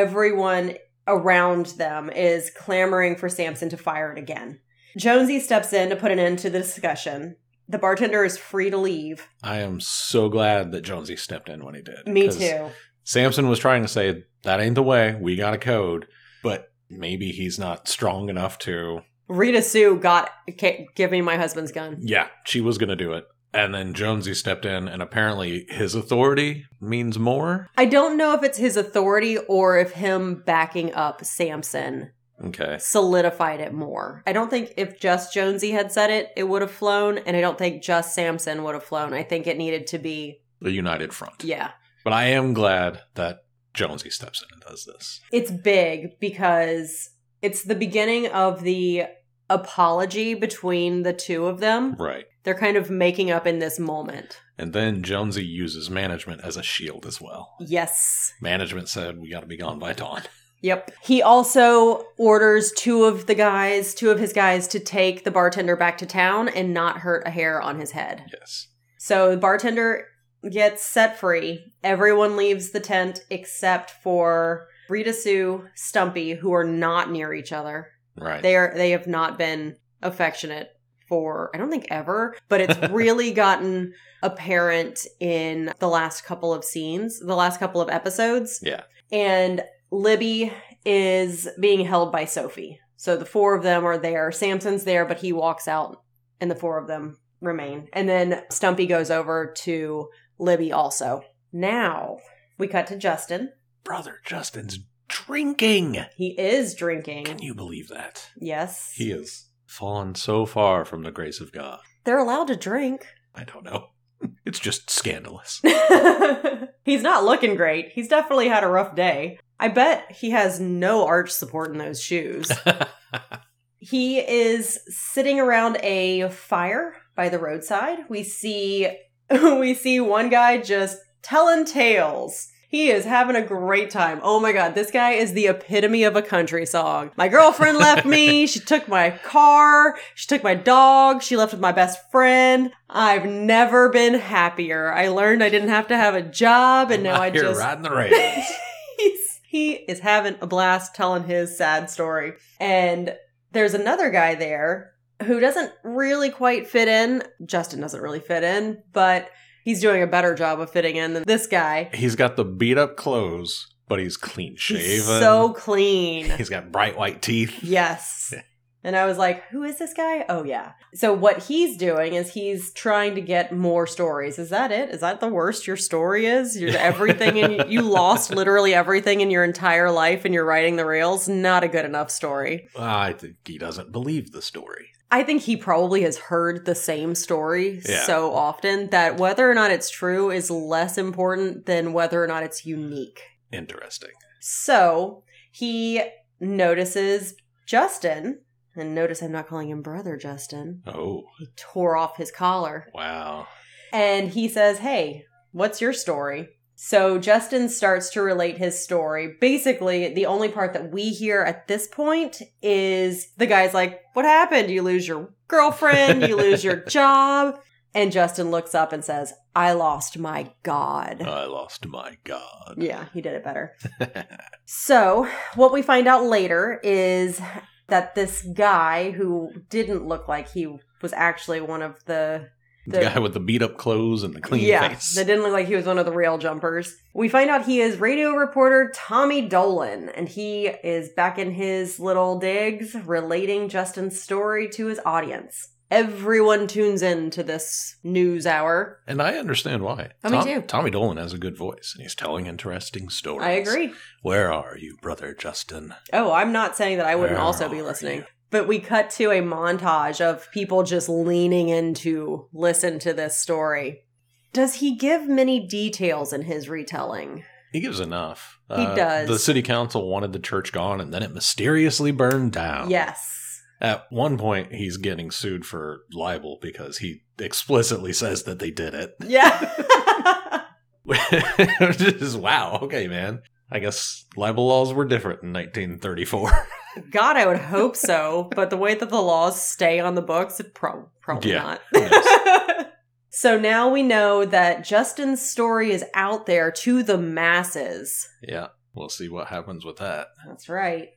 [SPEAKER 2] everyone around them is clamoring for Samson to fire it again. Jonesy steps in to put an end to the discussion. The bartender is free to leave.
[SPEAKER 1] I am so glad that Jonesy stepped in when he did.
[SPEAKER 2] Me
[SPEAKER 1] 'cause
[SPEAKER 2] too.
[SPEAKER 1] Samson was trying to say that ain't the way. We got a code, but maybe he's not strong enough to.
[SPEAKER 2] Rita Sue got ca- give me my husband's gun.
[SPEAKER 1] Yeah, she was gonna do it, and then Jonesy stepped in, and apparently his authority means more.
[SPEAKER 2] I don't know if it's his authority or if him backing up Samson
[SPEAKER 1] Okay,
[SPEAKER 2] solidified it more. I don't think if just Jonesy had said it, it would have flown, and I don't think just Samson would have flown. I think it needed to be,
[SPEAKER 1] the united front.
[SPEAKER 2] yeah.
[SPEAKER 1] But I am glad that Jonesy steps in and does this.
[SPEAKER 2] It's big because it's the beginning of the apology between the two of them.
[SPEAKER 1] Right.
[SPEAKER 2] They're kind of making up in this moment.
[SPEAKER 1] And then Jonesy uses management as a shield as well.
[SPEAKER 2] Yes.
[SPEAKER 1] Management said, We got to be gone by dawn.
[SPEAKER 2] Yep. He also orders two of the guys, two of his guys, to take the bartender back to town and not hurt a hair on his head.
[SPEAKER 1] Yes.
[SPEAKER 2] So the bartender gets set free. Everyone leaves the tent except for Rita Sue, Stumpy, who are not near each other.
[SPEAKER 1] Right.
[SPEAKER 2] They are they have not been affectionate for I don't think ever, but it's really gotten apparent in the last couple of scenes, the last couple of episodes.
[SPEAKER 1] Yeah.
[SPEAKER 2] And Libby is being held by Sophie. So the four of them are there. Samson's there, but he walks out and the four of them remain. And then Stumpy goes over to Libby also. Now we cut to Justin.
[SPEAKER 1] Brother Justin's drinking.
[SPEAKER 2] He is drinking.
[SPEAKER 1] Can you believe that?
[SPEAKER 2] yes.
[SPEAKER 1] He has fallen so far from the grace of God.
[SPEAKER 2] They're allowed to drink.
[SPEAKER 1] I don't know. It's just scandalous.
[SPEAKER 2] He's not looking great. He's definitely had a rough day. I bet he has no arch support in those shoes. he is sitting around a fire by the roadside. We see we see one guy just telling tales. He is having a great time. Oh my god, this guy is the epitome of a country song. My girlfriend left me, she took my car, she took my dog, she left with my best friend. I've never been happier. I learned I didn't have to have a job and now I
[SPEAKER 1] You're
[SPEAKER 2] just
[SPEAKER 1] riding the rails.
[SPEAKER 2] He's, he is having a blast telling his sad story. And there's another guy there who doesn't really quite fit in. Justin doesn't really fit in, but he's doing a better job of fitting in than this guy.
[SPEAKER 1] he's got the beat up clothes, but he's clean shaven.
[SPEAKER 2] He's so clean.
[SPEAKER 1] He's got bright white teeth.
[SPEAKER 2] Yes. And I was like, who is this guy? Oh, yeah. So, what he's doing is he's trying to get more stories. Is that it? Is that the worst your story is? You're everything, and you lost literally everything in your entire life, and you're writing the reels? Not a good enough story.
[SPEAKER 1] Ah, I think he doesn't believe the story.
[SPEAKER 2] I think he probably has heard the same story
[SPEAKER 1] Yeah.
[SPEAKER 2] so often that whether or not it's true is less important than whether or not it's unique.
[SPEAKER 1] Interesting.
[SPEAKER 2] So he notices Justin, and notice I'm not calling him brother Justin.
[SPEAKER 1] Oh,
[SPEAKER 2] He tore off his collar
[SPEAKER 1] wow.
[SPEAKER 2] and he says, Hey, what's your story? So Justin starts to relate his story. Basically, the only part that we hear at this point is the guy's like, What happened? You lose your girlfriend, you lose your job. And Justin looks up and says, I lost my God.
[SPEAKER 1] I lost my God.
[SPEAKER 2] Yeah, he did it better. so, what we find out later is that this guy who didn't look like he was actually one of the
[SPEAKER 1] The guy with the beat up clothes and the clean
[SPEAKER 2] yeah,
[SPEAKER 1] face.
[SPEAKER 2] that didn't look like he was one of the rail jumpers. We find out he is radio reporter Tommy Dolan, and he is back in his little digs relating Justin's story to his audience. Everyone tunes in to this news hour.
[SPEAKER 1] and I understand why.
[SPEAKER 2] Oh, me too.
[SPEAKER 1] Tommy Dolan has a good voice and he's telling interesting stories.
[SPEAKER 2] I agree.
[SPEAKER 1] Where are you, brother Justin?
[SPEAKER 2] Oh, I'm not saying that I wouldn't
[SPEAKER 1] Where
[SPEAKER 2] also be
[SPEAKER 1] are
[SPEAKER 2] listening.
[SPEAKER 1] you?
[SPEAKER 2] But we cut to a montage of people just leaning in to listen to this story. Does he give many details in his retelling?
[SPEAKER 1] He gives enough. He
[SPEAKER 2] does.
[SPEAKER 1] The city council wanted the church gone and then it mysteriously burned down.
[SPEAKER 2] Yes.
[SPEAKER 1] At one point, he's getting sued for libel because he explicitly says that they did it.
[SPEAKER 2] Yeah.
[SPEAKER 1] Which is wow. Okay, man. I guess libel laws were different in 1934.
[SPEAKER 2] God, I would hope so. But the way that the laws stay on the books, it prob- probably
[SPEAKER 1] Yeah.
[SPEAKER 2] not. so now we know that Justin's story is out there to the masses.
[SPEAKER 1] yeah, we'll see what happens with that.
[SPEAKER 2] That's right.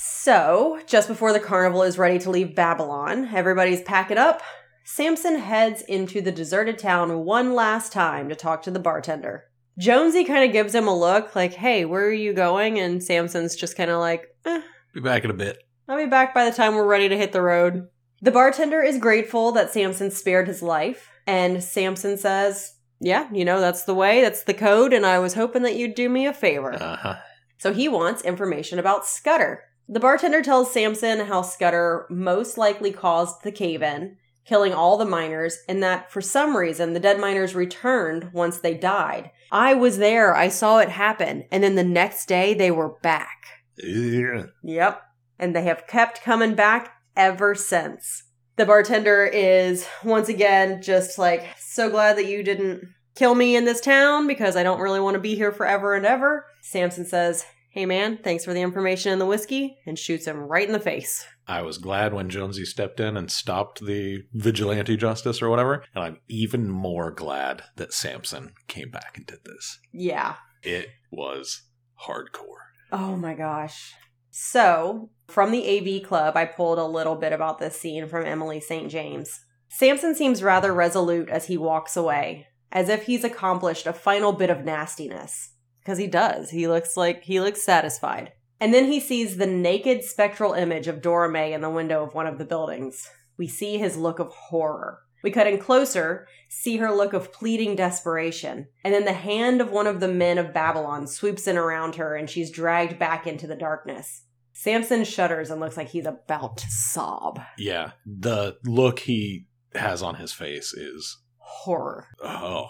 [SPEAKER 2] So, just before the carnival is ready to leave Babylon, everybody's packing up. Samson heads into the deserted town one last time to talk to the bartender. Jonesy kind of gives him a look like, hey, where are you going? And Samson's just kind of like, eh,
[SPEAKER 1] Be back in a bit.
[SPEAKER 2] I'll be back by the time we're ready to hit the road. The bartender is grateful that Samson spared his life, and Samson says, yeah, you know, that's the way, that's the code, and I was hoping that you'd do me a favor.
[SPEAKER 1] Uh huh.
[SPEAKER 2] So he wants information about Scudder. The bartender tells Samson how Scudder most likely caused the cave in, killing all the miners, and that for some reason the dead miners returned once they died. I was there, I saw it happen, and then the next day they were back. Yep. And they have kept coming back ever since. The bartender is once again just like, so glad that you didn't kill me in this town because I don't really want to be here forever and ever. Samson says, Hey man, thanks for the information and the whiskey, and shoots him right in the face.
[SPEAKER 1] I was glad when Jonesy stepped in and stopped the vigilante justice or whatever, and I'm even more glad that Samson came back and did this.
[SPEAKER 2] Yeah.
[SPEAKER 1] It was hardcore.
[SPEAKER 2] Oh my gosh. So, from the AV Club, I pulled a little bit about this scene from Emily St. James. Samson seems rather resolute as he walks away, as if he's accomplished a final bit of nastiness. Because he does. He looks like he looks satisfied. And then he sees the naked spectral image of Dora May in the window of one of the buildings. We see his look of horror. We cut in closer, see her look of pleading desperation. And then the hand of one of the men of Babylon swoops in around her and she's dragged back into the darkness. Samson shudders and looks like he's about to sob.
[SPEAKER 1] Yeah, the look he has on his face is
[SPEAKER 2] Horror.
[SPEAKER 1] oh,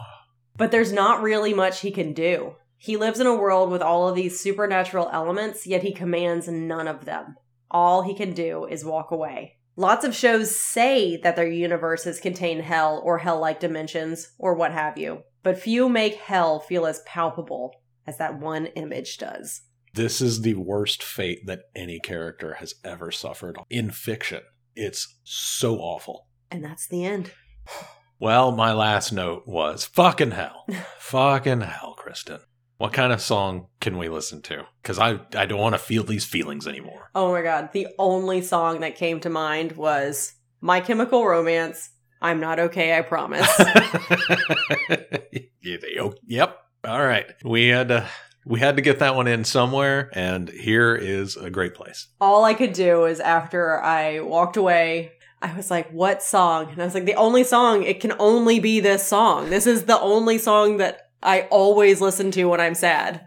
[SPEAKER 2] But there's not really much he can do. He lives in a world with all of these supernatural elements, yet he commands none of them. All he can do is walk away. Lots of shows say that their universes contain hell or hell like dimensions or what have you, but few make hell feel as palpable as that one image does.
[SPEAKER 1] this is the worst fate that any character has ever suffered in fiction. It's so awful.
[SPEAKER 2] And that's the end.
[SPEAKER 1] Well, my last note was fucking hell. fucking hell, Kristen. What kind of song can we listen to? Because I, I don't want to feel these feelings anymore.
[SPEAKER 2] Oh my god, the only song that came to mind was My Chemical Romance. I'm not okay, I promise.
[SPEAKER 1] Yeah, they- oh, yep. All right. We had to We had to get that one in somewhere, and here is a great place.
[SPEAKER 2] all I could do is after I walked away, I was like, what song? And I was like, the only song, it can only be this song. This is the only song that I always listen to when I'm sad.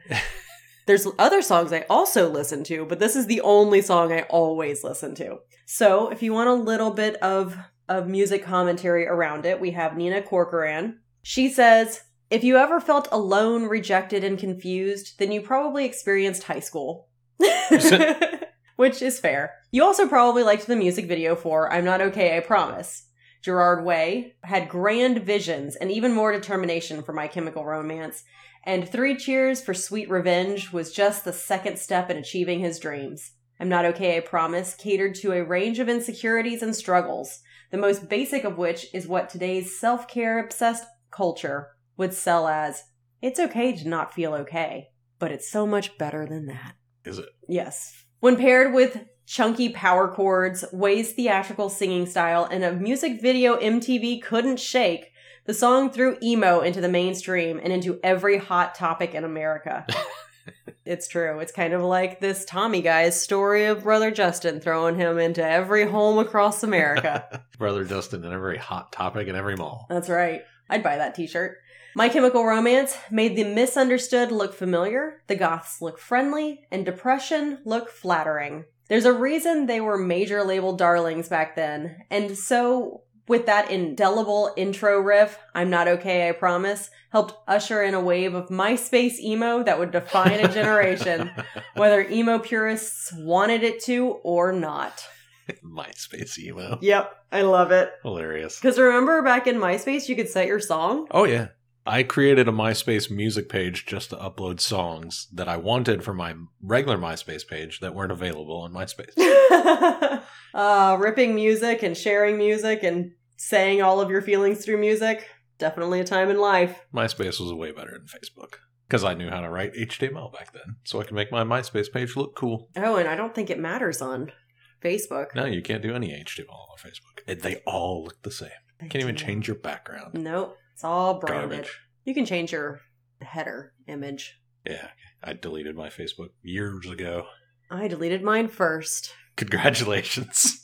[SPEAKER 2] There's other songs I also listen to, but this is the only song I always listen to. So if you want a little bit of, of music commentary around it, we have Nina Corcoran. She says, if you ever felt alone, rejected, and confused, then you probably experienced high school. Which is fair. You also probably liked the music video for I'm Not Okay, I Promise. Gerard Way had grand visions and even more determination for My Chemical Romance, and Three Cheers for Sweet Revenge was just the second step in achieving his dreams. I'm Not Okay, I Promise catered to a range of insecurities and struggles, the most basic of which is what today's self care obsessed culture would sell as it's okay to not feel okay, but it's so much better than that.
[SPEAKER 1] Is it?
[SPEAKER 2] Yes. When paired with chunky power chords, Way's theatrical singing style, and a music video MTV couldn't shake, the song threw emo into the mainstream and into every hot topic in America. it's true. It's kind of like this Tommy guy's story of Brother Justin throwing him into every home across America.
[SPEAKER 1] Brother Justin and every hot topic in every mall.
[SPEAKER 2] That's right. I'd buy that t shirt. My Chemical Romance made the misunderstood look familiar, the goths look friendly, and depression look flattering. There's a reason they were major label darlings back then, and so with that indelible intro riff, I'm Not Okay, I Promise, helped usher in a wave of MySpace emo that would define a generation, whether emo purists wanted it to or not.
[SPEAKER 1] MySpace emo.
[SPEAKER 2] Yep, I love it.
[SPEAKER 1] Hilarious.
[SPEAKER 2] Because remember back in MySpace, you could set your song?
[SPEAKER 1] Oh, yeah. I created a MySpace music page just to upload songs that I wanted for my regular MySpace page that weren't available on MySpace.
[SPEAKER 2] uh, ripping music and sharing music and saying all of your feelings through music. Definitely a time in life.
[SPEAKER 1] MySpace was way better than Facebook because I knew how to write HTML back then, so I could make my MySpace page look cool.
[SPEAKER 2] Oh, and I don't think it matters on Facebook.
[SPEAKER 1] No, you can't do any HTML on Facebook. It- They all look the same. You can't even change your background.
[SPEAKER 2] Nope. It's all branded.
[SPEAKER 1] Garbage.
[SPEAKER 2] You can change your header image.
[SPEAKER 1] Yeah, I deleted my Facebook years ago.
[SPEAKER 2] I deleted mine first.
[SPEAKER 1] Congratulations.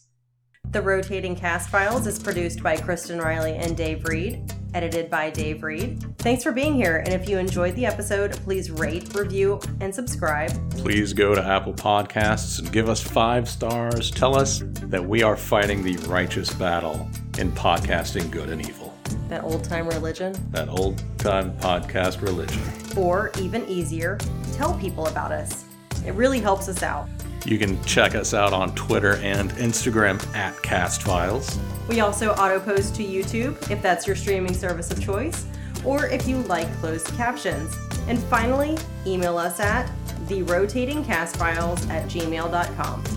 [SPEAKER 2] The Rotating Cast Files is produced by Kristen Riley and Dave Reed, edited by Dave Reed. Thanks for being here, and if you enjoyed the episode, please rate, review, and subscribe.
[SPEAKER 1] Please go to Apple Podcasts and give us five stars. Tell us that we are fighting the righteous battle in podcasting good and evil,
[SPEAKER 2] That old time religion.
[SPEAKER 1] that old time podcast religion.
[SPEAKER 2] or even easier, tell people about us. It really helps us out.
[SPEAKER 1] You can check us out on Twitter and Instagram at CastFiles.
[SPEAKER 2] We also auto post to YouTube if that's your streaming service of choice, or if you like closed captions. And finally, email us at therotatingcastfiles at gmail.com.